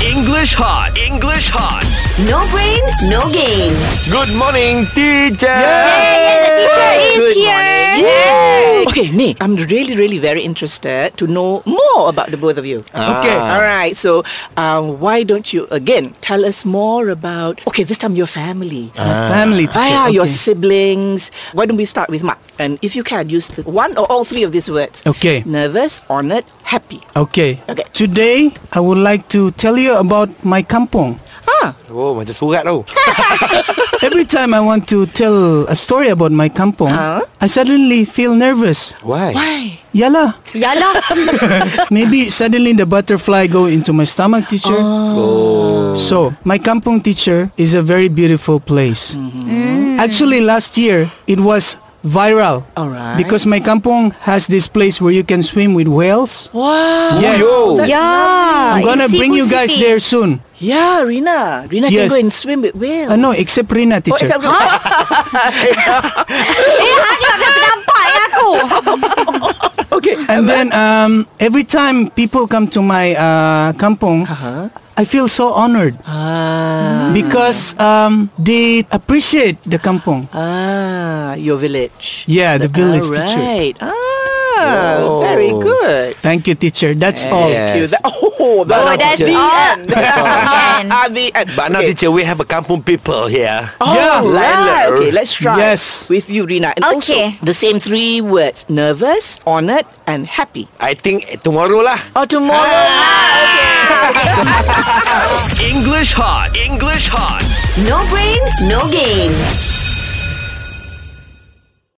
English hot. English hot. No brain, no game. Good morning, teacher. Teacher is Good here. morning. Okay, Nick, I'm really, really very interested to know more about the both of you. Ah. Okay. All right. So, um, why don't you again tell us more about? Okay, this time your family. Family teacher. Ah, your okay. siblings. Why don't we start with Mark? And if you can, use the one or all three of these words. Okay. Nervous, honored, happy. Okay. Okay. Today, I would like to tell you about my kampong. Ah, Oh, macam surat tau. Every time I want to tell a story about my kampong, Huh? I suddenly feel nervous. Why? why? Yala. Yalah. Maybe suddenly the butterfly go into my stomach, teacher. So, my kampong teacher is a very beautiful place. Actually, last year, it was viral. Alright. Because my kampong has this place where you can swim with whales. Oh, Wow. Yes. Yo. yeah. I'm gonna in bring you Cebu guys City. there soon. Yeah, Rina. Rina can Yes. go and swim with whales. Uh, no, except Rina, Oh, teacher. except- Eh, Hani tak nampak eh aku. okay. And then um, every time people come to my uh, kampong, Huh? I feel so honored Uh-huh. Uh, Ah. because um, they appreciate the kampong. Ah, your village. Yeah, the village teacher. Right. Ah, Oh. very good. Thank you, teacher. That's all. Yeah. Thank you. Yes. That- oh, that- Oh, that's the all. end. End. Ah, the end. But now, Okay. teacher, we have a kampung people here. Oh, Yeah. right. Okay, let's try. Yes. With you, Rina. And Okay. also, the same three words. Nervous, honored, and happy. I think tomorrow lah. Oh, tomorrow. English hot. English hot. No brain, no game.